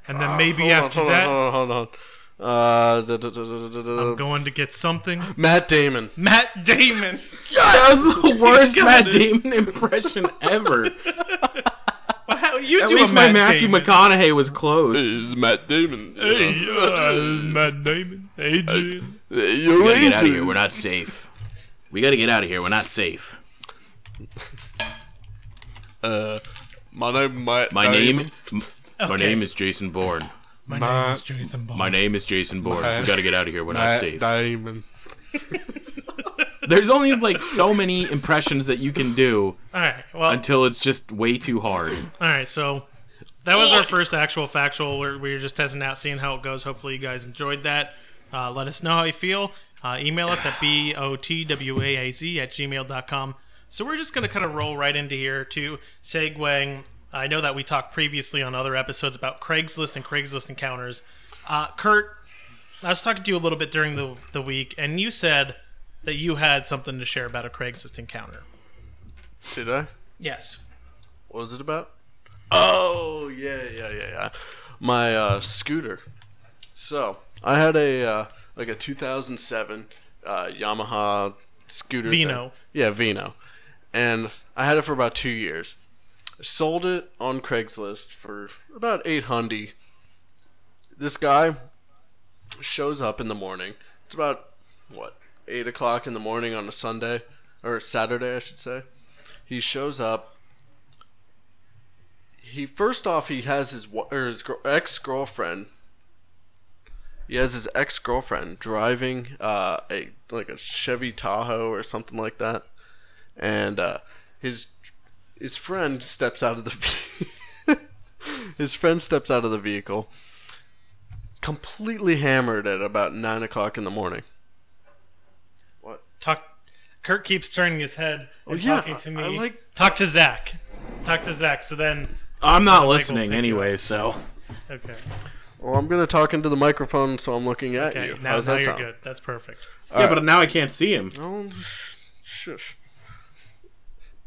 A: and then maybe
C: Uh, Hold on,
A: after
C: hold
A: that,
C: on, hold on, hold on. Uh, da, da, da, da, da, da,
A: I'm
C: da.
A: going to get something.
C: Matt Damon.
A: Matt Damon.
B: That was the worst
A: got
B: Matt
A: it.
B: Damon impression ever.
A: Wow, you
B: At
A: do
B: least
A: a
B: my
A: Matt
B: Matthew
A: Damon.
B: McConaughey was close.
C: It's Matt Damon.
A: Hey, uh, Matt Damon. Adrian.
C: you
B: We gotta get out of here. We're not safe. We gotta get out of here. We're not safe.
C: My name, Matt.
B: My name, m- my
A: Okay.
B: name is Jason Bourne.
A: My, name is Jonathan Bond.
B: My name is Jason Bourne.
C: My-
B: we gotta get out of here. We're not safe.
C: Damon.
B: There's only like so many impressions that you can do
A: all right. Well,
B: until it's just way too hard.
A: all right. So that was our first actual factual. Where we were just testing out, seeing how it goes. Hopefully, you guys enjoyed that. Uh, let us know how you feel. Uh, email us at botwaaz at gmail.com. So we're just going to kind of roll right into here to segueing. I know that we talked previously on other episodes about Craigslist and Craigslist encounters. Uh, Kurt, I was talking to you a little bit during the, the week, and you said that you had something to share about a Craigslist encounter.
C: Did I?
A: Yes.
C: What was it about? Oh yeah, yeah, yeah, yeah. My uh, scooter. So I had a uh, like a 2007 uh, Yamaha scooter. thing.
A: Vino.
C: Yeah, Vino. And I had it for about two years. I sold it on Craigslist for about eight hundy. This guy shows up in the morning. It's about what eight o'clock in the morning on a Sunday or Saturday, I should say. He shows up he first off he has his wa- or his ex girlfriend. He has his ex girlfriend driving uh, a like a Chevy Tahoe or something like that, and uh, his his friend steps out of the ve- his friend steps out of the vehicle, completely hammered at about nine o'clock in the morning. What?
A: talk. Kurt keeps turning his head and
C: Oh, yeah,
A: talking to me.
C: I- I like-
A: talk to Zach. Talk to Zach. So then,
B: I'm not
A: Michael,
B: listening
A: pick
B: anyway, so
A: okay,
C: Well, I'm gonna talk into the microphone, so I'm looking at
A: okay.
C: you.
A: Now,
C: How's
A: now
C: that
A: you're
C: sound?
A: good. That's perfect.
B: yeah. But now I can't see him.
C: Oh, sh- shush.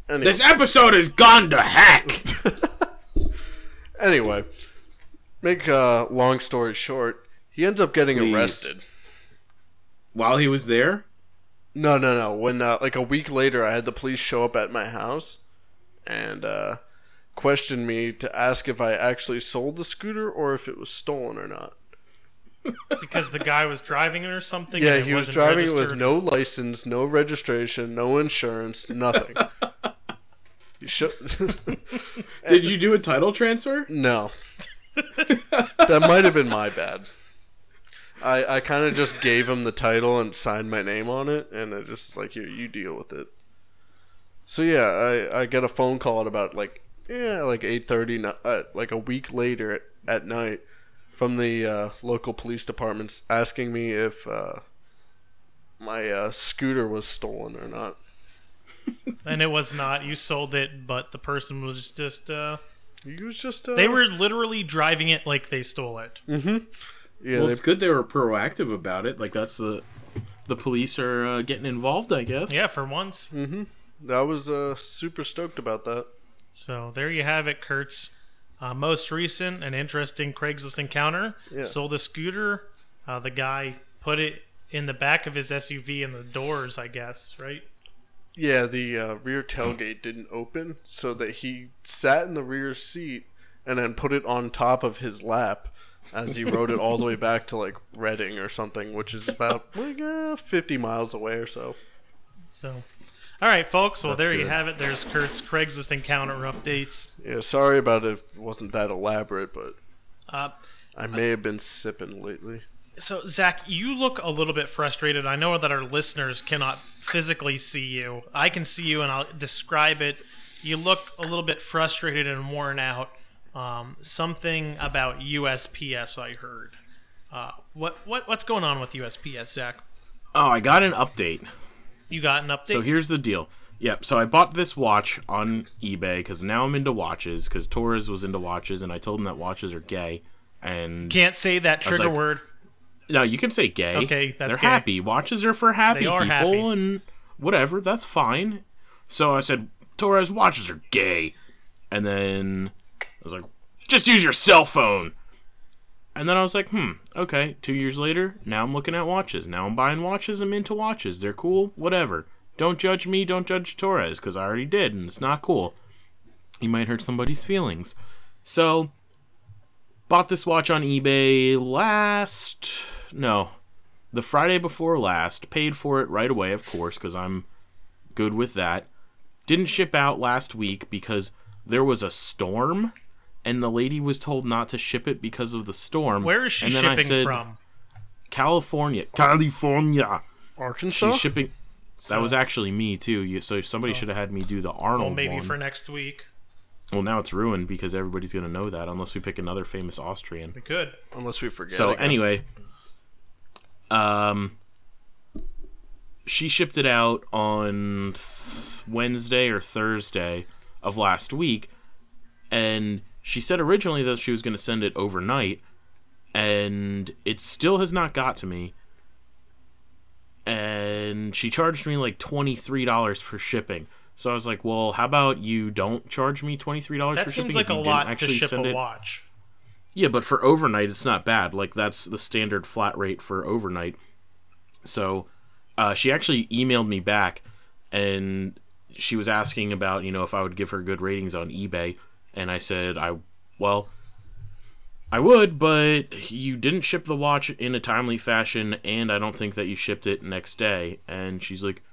C: Anyway.
B: This episode has gone to heck.
C: anyway, make a uh, long story short, he ends up getting
B: Please.
C: arrested.
B: While he was there,
C: No, no, no. When uh, like a week later, I had the police show up at my house, and uh, questioned me to ask if I actually sold the scooter or if it was stolen or not.
A: because the guy was driving it or something.
C: Yeah,
A: and it
C: he was
A: wasn't
C: driving it with
A: registered.
C: no license, no registration, no insurance, nothing. you should
B: Did you do a title transfer?
C: no. that might have been my bad. I I kind of just gave him the title and signed my name on it, and I just like here you deal with it. So yeah, I I get a phone call at about like yeah like eight thirty uh, like a week later at, at night from the uh, local police departments asking me if uh, my uh, scooter was stolen or not.
A: and it was not. You sold it, but the person was just. Uh,
C: He was just uh, Mm.
A: they were literally driving it like they stole it.
C: yeah
B: Well,
C: they
B: it's good they were proactive about it. Like that's the the police are uh, getting involved, I guess.
A: Yeah, for once.
C: I was uh, super stoked about that.
A: So there you have it, Kurt's uh, most recent and interesting Craigslist encounter. Sold a scooter. Uh, the guy put it in the back of his SUV in the doors, I guess, right?
C: Yeah, the uh, rear tailgate didn't open, so that he sat in the rear seat and then put it on top of his lap as he rode it all the way back to like Reading or something, which is about like uh, 50 miles away or so.
A: So, all right, folks. Well,
B: That's
A: there you
B: good.
A: have it. There's Kurt's Craigslist encounter updates.
C: Yeah, sorry about it. it wasn't that elaborate, but
A: Uh,
C: I may have been sipping lately.
A: so, Zach, you look a little bit frustrated. I know that our listeners cannot physically see you. I can see you, and I'll describe it. You look a little bit frustrated and worn out. Um, something about USPS I heard. Uh, what what what's going on with USPS, Zach?
B: Oh, I got an update.
A: You got an update?
B: So here's the deal. Yep. So I bought this watch on eBay because now I'm into watches. Because Torres was into watches, and I told him that watches are gay. And
A: Can't say that trigger
B: like-
A: word.
B: no, you can say gay.
A: Okay, that's
B: they're
A: gay.
B: happy. Watches are for happy
A: They are
B: people,
A: happy.
B: and whatever. That's fine. So I said, Torres, watches are gay. And then I was like, just use your cell phone. And then I was like, hmm, okay. Two years later, now I'm looking at watches. Now I'm buying watches. I'm into watches. They're cool. Whatever. Don't judge me. Don't judge Torres because I already did, and it's not cool. You might hurt somebody's feelings. So, bought this watch on eBay last. No, the Friday before last. Paid for it right away, of course, because I'm good with that. Didn't ship out last week because there was a storm, and the lady was told not to ship it because of the storm.
A: Where is she
B: And then I
A: shipping
B: said,
A: from?
B: California. California.
C: Arkansas?
B: She's shipping. That was actually me too. You, so somebody should have had me do the Arnold
A: Well, maybe
B: one.
A: for next week.
B: well, now it's ruined because everybody's gonna know that unless we pick another famous Austrian.
A: We could.
C: Unless we forget.
B: So
C: again.
B: anyway, um, she shipped it out on th- Wednesday or Thursday of last week, and she said originally that she was going to send it overnight, and it still has not got to me. And she charged me like twenty three dollars for shipping. So I was like, "Well, how about you don't charge me twenty three dollars for
A: That
B: shipping?"
A: seems like
B: if you
A: a
B: didn't
A: lot to
B: actually
A: ship
B: send
A: a
B: it?"
A: watch.
B: Yeah, but for overnight, it's not bad. Like that's the standard flat rate for overnight. So, uh, she actually emailed me back, and she was asking about you know if I would give her good ratings on eBay, and I said I well, I would, but you didn't ship the watch in a timely fashion, and I don't think that you shipped it next day. And she's like,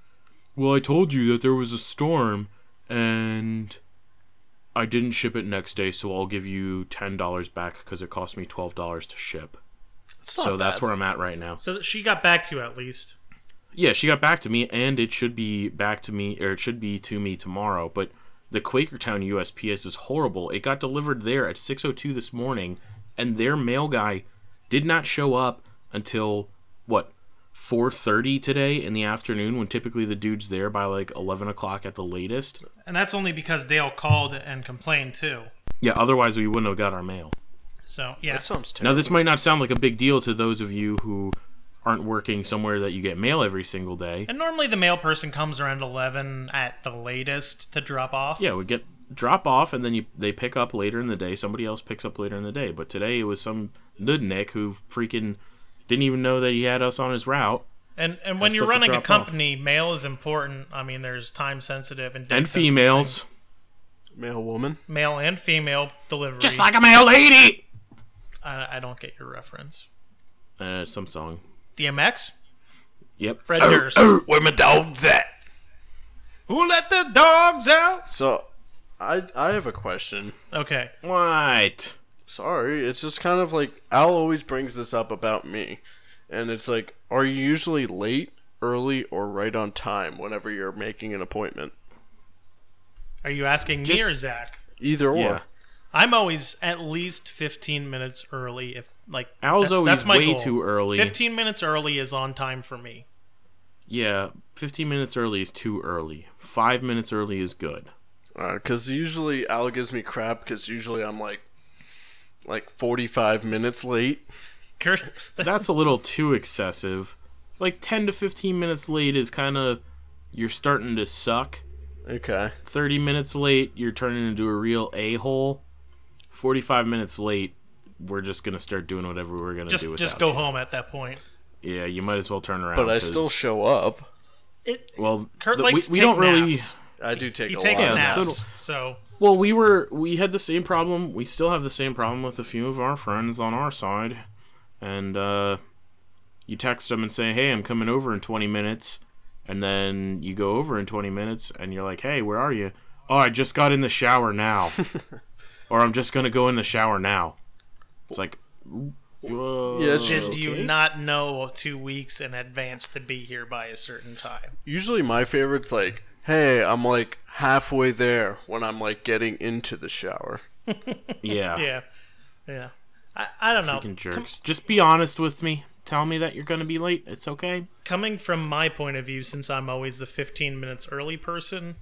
B: Well, I told you that there was a storm, and I didn't ship it next day, so I'll give you ten dollars back because it cost me twelve dollars to ship. so that's where I'm at right now.
A: So that she got back to you at least.
B: Yeah, she got back to me, and it should be back to me, or it should be to me tomorrow. But the Quakertown USPS is horrible. It got delivered there at 6:02 this morning, and their mail guy did not show up until what 4:30 today in the afternoon, when typically the dude's there by like 11 o'clock at the latest.
A: And that's only because Dale called and complained too.
B: Yeah, otherwise we wouldn't have got our mail.
A: So yeah,
C: That sounds terrible.
B: Now, this might not sound like a big deal to those of you who aren't working somewhere that you get mail every single day.
A: and normally the mail person comes around eleven at the latest to drop off.
B: Yeah, we get drop off, and then you they pick up later in the day. Somebody else picks up later in the day. But today it was some nudnik who freaking didn't even know that he had us on his route.
A: and and when
B: Got
A: you're
B: stuff to
A: running a
B: drop off.
A: company, mail is important. I mean, there's time sensitive and
B: And
A: date sensitive
B: females.
C: Male woman.
A: male and female delivery.
B: Just like a male lady.
A: I, I don't get your reference.
B: Uh, some song.
A: DMX,
B: Yep.
A: Fred Durst.
C: Oh, Where my dog's at?
A: Who let the dogs out?
C: So, I I have a question.
A: Okay.
B: What?
C: Sorry, it's just kind of like Al always brings this up about me, and it's like, are you usually late, early, or right on time whenever you're making an appointment?
A: Are you asking me or Zach?
C: Either or.
B: Yeah.
A: I'm always at least 15 minutes early. If like
B: Al's
A: that's,
B: always
A: that's my
B: way
A: goal.
B: too early.
A: 15 minutes early is on time for me.
B: Yeah. Fifteen minutes early is too early. Five minutes early is good.
C: because Uh, usually Al gives me crap because usually I'm like like 45 minutes late.
A: Kurt,
B: That's a little too excessive. Like ten to fifteen minutes late is kind of you're starting to suck.
C: Okay.
B: 30 minutes late, you're turning into a real a hole. 45 minutes late, we're just going to start doing whatever we're going to
A: just
B: do.
A: just
B: without
A: go
B: you.
A: home at that point.
B: Yeah, you might as well turn around.
C: But I
B: 'cause-
C: still show up.
A: It,
B: Well,
A: Kurt
B: the-
A: likes
B: we,
A: to
B: we don't
A: take
B: really.
A: naps.
C: I do take
A: he
C: a
A: takes
C: lot of
B: naps.
A: naps,
B: So
A: so
B: Well, we were. We had the same problem. We still have the same problem with a few of our friends on our side. And uh, you text them and say, hey, I'm coming over in 20 minutes. And then you go over in 20 minutes and you're like, hey, where are you? Oh, I just got in the shower now. or I'm just going to go in the shower now. It's like. whoa,
C: Yeah, it's
A: did
C: just-
A: you
B: okay.
A: not know two weeks in advance to be here by a certain time?
C: Usually my favorite's like, hey, I'm like halfway there when I'm like getting into the shower.
B: Yeah.
A: Yeah, yeah. I, I don't know.
B: Fucking jerks. Just be honest with me. Tell me that you're going to be late. It's okay.
A: coming from my point of view, since I'm always the 15 minutes early person,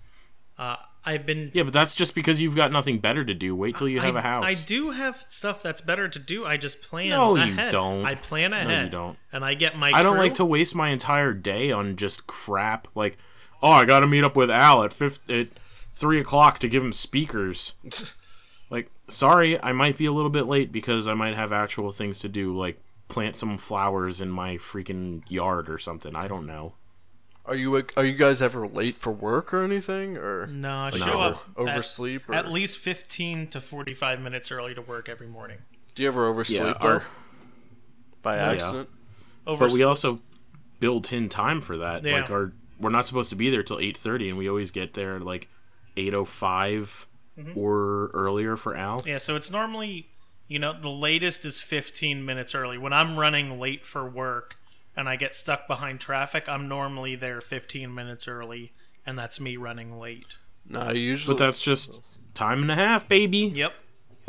A: uh, I've been.
B: Yeah, but that's just because you've got nothing better to do. Wait till you have
A: I,
B: a house.
A: I do have stuff that's better to do. I just plan
B: No, you
A: ahead.
B: don't.
A: I plan ahead.
B: don't.
A: And I get my.
B: I don't
A: crew-
B: like to waste my entire day on just crap. Like, oh, I got to meet up with Al at fifth at three o'clock to give him speakers. like, sorry, I might be a little bit late because I might have actual things to do, like plant some flowers in my freaking yard or something. I don't know.
C: Are you are you guys ever late for work or anything or
A: No, I show
B: over-
A: up. at-
C: oversleep or-
A: At least 15 to 45 minutes early to work every morning.
C: do you ever oversleep
B: Yeah,
C: though?
B: our-
C: by accident?
A: Over.
B: But we also built in time for that.
A: Yeah.
B: Like, our we're not supposed to be there till eight thirty, and we always get there at, like eight oh five or earlier for Al.
A: Mm-hmm. Yeah, so it's normally, you know, the latest is 15 minutes early. When I'm running late for work and I get stuck behind traffic, I'm normally there 15 minutes early, and that's me running late.
C: No, I usually
B: But that's just time and a half, baby.
A: Yep.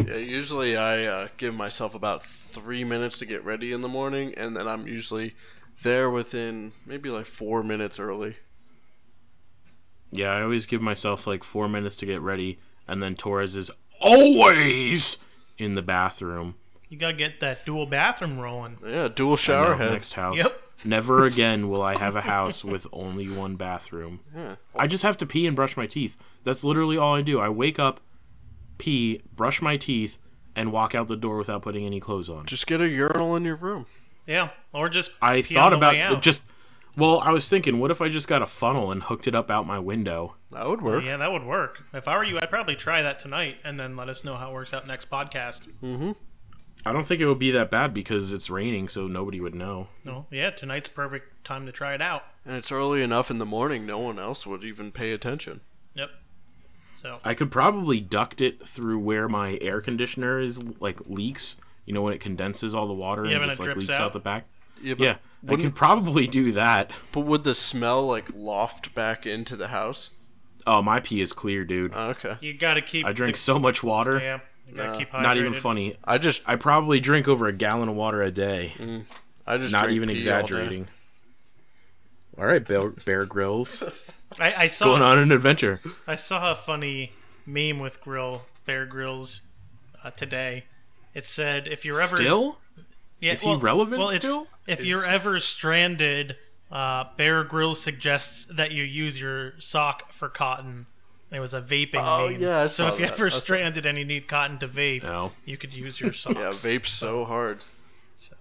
C: yeah, usually I uh, give myself about 3 minutes to get ready in the morning and then I'm usually there within maybe like 4 minutes early.
B: Yeah, I always give myself like four minutes to get ready, and then Torres is always in the bathroom.
A: You gotta get that dual bathroom rolling.
C: Yeah, dual
B: Now,
C: shower head.
B: Next house.
A: Yep.
B: Never again will I have a house with only one bathroom. I just have to pee and brush my teeth. That's literally all I do. I wake up, pee, brush my teeth, and walk out the door without putting any clothes on.
C: Just get a urinal in your room.
A: Yeah, or just
B: I
A: pee
B: thought
A: on the
B: about
A: way out.
B: just. Well, I was thinking, what if I just got a funnel and hooked it up out my window?
C: That would work.
A: yeah, that would work. If I were you, I'd probably try that tonight, and then let us know how it works out next podcast.
B: I don't think it would be that bad because it's raining, so nobody would know.
A: No, Oh, yeah, tonight's perfect time to try it out.
C: And it's early enough in the morning, no one else would even pay attention.
A: Yep. So
B: I could probably duct it through where my air conditioner is like leaks. You know when it condenses all the water
A: Yeah,
B: and
A: when
B: just
A: it
B: like
A: drips
B: leaks out.
A: out.
B: the back.
C: Yeah, but,
B: Yeah, I
C: wouldn't-
B: could probably do that.
C: but would the smell like loft back into the house?
B: Oh, my pee is clear, dude.
C: Okay.
A: you gotta keep.
B: I drink so much water.
A: The, yeah, you gotta keep hydrated.
B: Not even funny.
C: I just
B: I probably drink over a gallon of water a day.
C: I just
B: Not
C: drink
B: even
C: pee all
B: exaggerating. All right, Bear, Bear Grylls,
A: I, I saw
B: going on an adventure.
A: I saw a funny meme with Grill Bear Grylls uh, today. It said, "If you're ever
B: Still,
A: yeah,
B: is he relevant
A: it's,
B: still?
A: If you're ever stranded, uh, Bear Grylls suggests that you use your sock for cotton." It was a vaping
C: Oh,
A: meme.
C: yeah, I
A: so
C: saw
A: if you're
C: that.
A: ever
C: I saw-
A: stranded and you need cotton to vape,
B: No.
A: you could use your socks.
C: day. Yeah, vape so hard.
A: So.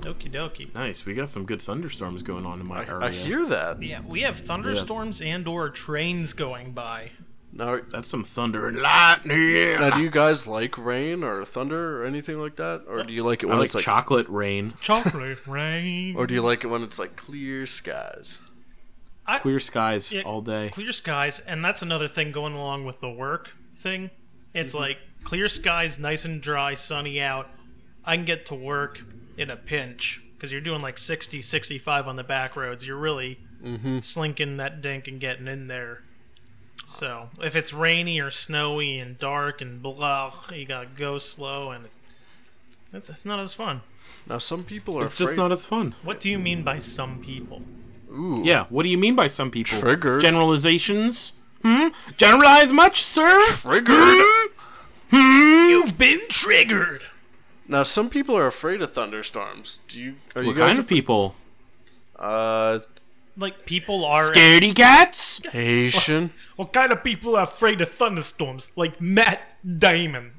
A: Okie dokie.
B: nice. We got some good thunderstorms going on in my area.
C: I hear that.
A: Yeah, we have thunderstorms and/or trains going by.
C: Now,
B: That's some thunder and lightning.
C: now,
B: Yeah.
C: do you guys like rain or thunder or anything like that, or do you like it
B: I
C: when
B: like
C: it's like,
B: chocolate rain,
A: Chocolate rain.
C: or do you like it when it's like clear skies?
B: clear skies
A: Yeah.
B: all day.
A: clear skies, and that's another thing going along with the work thing. It's like clear skies, nice and dry, sunny out. I can get to work in a pinch because you're doing like 60, 65 on the back roads. You're really slinking that dink and getting in there. So if it's rainy or snowy and dark and blah, you gotta go slow, and that's it's not as fun.
C: Now, some people are
B: It's
C: afraid.
B: just not as fun.
A: What do you mean by some people?
C: Ooh,
B: Yeah. What do you mean by some people?
C: Triggered.
B: Generalizations. Hmm. Generalize much, sir. Hmm?
C: triggered.
A: You've been triggered.
C: Now, some people are afraid of thunderstorms. Do you? Are you
B: What
C: guys?
B: kind of people?
C: Uh,
A: Like people are
B: Scaredy cats.
C: Haitian.
A: What kind of people are afraid of thunderstorms? Like Matt Damon.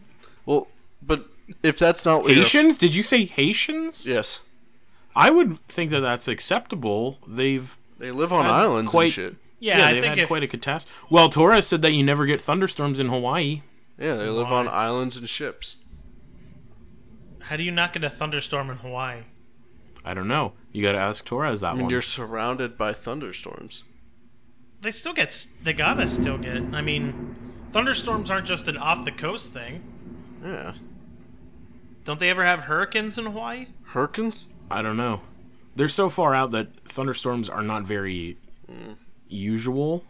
C: well, but if that's not what you're-
B: Haitians? Did you say Haitians?
C: yes,
B: I would think that that's acceptable. They've
C: they live on islands
B: quite-
C: and shit.
A: Yeah,
B: yeah,
A: I
B: they've
A: think
B: had
A: if,
B: quite a catastrophe. Well, Torres said that you never get thunderstorms in Hawaii.
C: Yeah, they live on islands and ships.
A: how do you not get a thunderstorm in Hawaii?
B: I don't know. You got to ask Torres that
C: I mean,
B: one.
C: you're surrounded by thunderstorms.
A: They still get. s- They gotta still get. I mean, thunderstorms aren't just an off the coast thing.
C: Yeah,
A: Don't they ever have hurricanes in Hawaii?
C: hurricanes.
B: I don't know. They're so far out that thunderstorms are not very usual,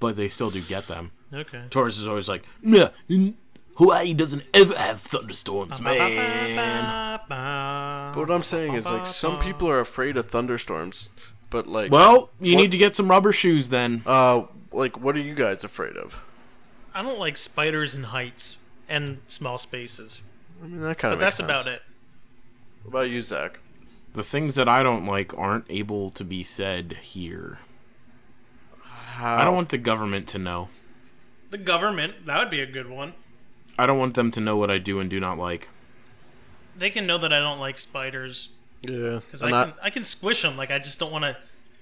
B: but they still do get them.
A: Okay.
B: Torres is always like, nah, n- Hawaii doesn't ever have thunderstorms, man.
A: Ba-ba-ba-ba.
C: But what I'm saying is, like, some people are afraid of thunderstorms, but like,
B: Well, you need to get some rubber shoes then.
C: uh, like, what are you guys afraid of?
A: I don't like spiders and heights and small spaces.
C: I mean, that kind of.
A: But that's about it.
C: What about you, Zach?
B: The things that I don't like aren't able to be said here. I don't want the government to know.
A: The government. That would be a good one.
B: I don't want them to know what I do and do not like.
A: They can know that I don't like spiders
C: Yeah,
A: because I
C: and
A: can. I can squish them. Like I just don't want to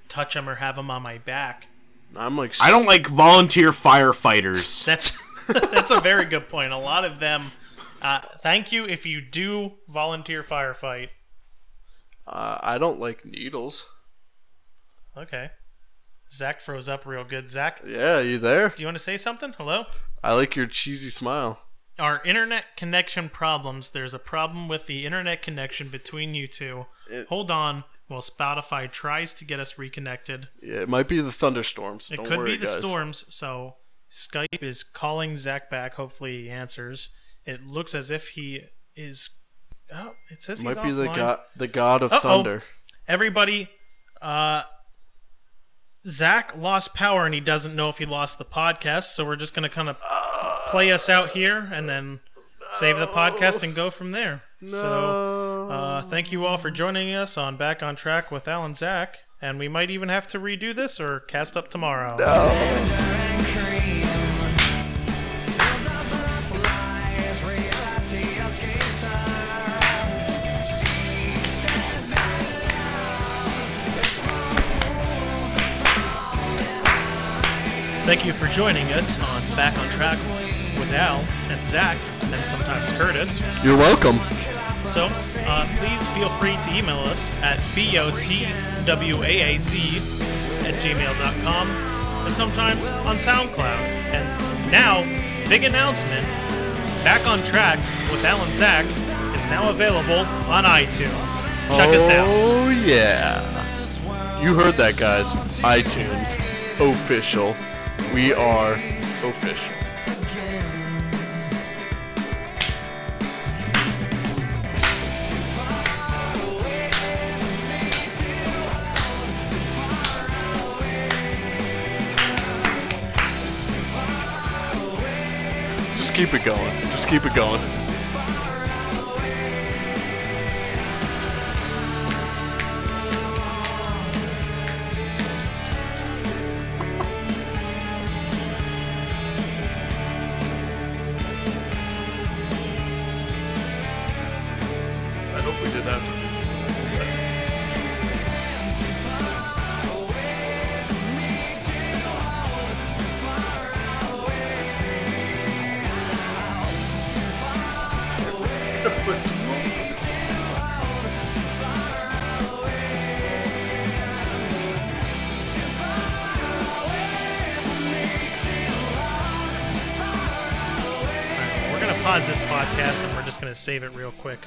A: touch them or have them on my back.
C: I, am like,
B: I don't like volunteer firefighters.
A: That's that's a very good point. A lot of them. Uh, thank you if you do volunteer firefight.
C: uh, I don't like needles.
A: Okay. Zach froze up real good. Zach, do
C: Yeah, you there?
A: you want to say something? Hello.
C: I like your cheesy smile.
A: Our internet connection problems. There's a problem with the internet connection between you two. Hold on while Spotify tries to get us reconnected.
C: Yeah, it might be the thunderstorms.
A: It
C: Don't
A: could
C: worry,
A: be the
C: guys.
A: storms. So Skype is calling Zach back. Hopefully he answers. It looks as if he is. Oh, it says he's
C: Might be the
A: offline.
C: god, the god of
A: Uh-oh.
C: thunder.
A: everybody uh zach lost power and he doesn't know if he lost the podcast so we're just gonna kind of play us out here and then save the podcast and go from there so uh, thank you all for joining us on back on track with alan zach and we might even have to redo this or cast up tomorrow Thank you for joining us on Back on Track with Al and Zach and sometimes Curtis.
C: You're welcome.
A: So uh, please feel free to email us at botwaaz at gmail.com and sometimes on SoundCloud. And now, big announcement Back on Track with Alan Zach is now available on iTunes. Check us out.
C: Oh yeah. You heard that, guys. iTunes official. We are official. Just keep it going. Just keep it going. I hope we did that.
A: We're gonna pause this podcast and we're just gonna save it real quick.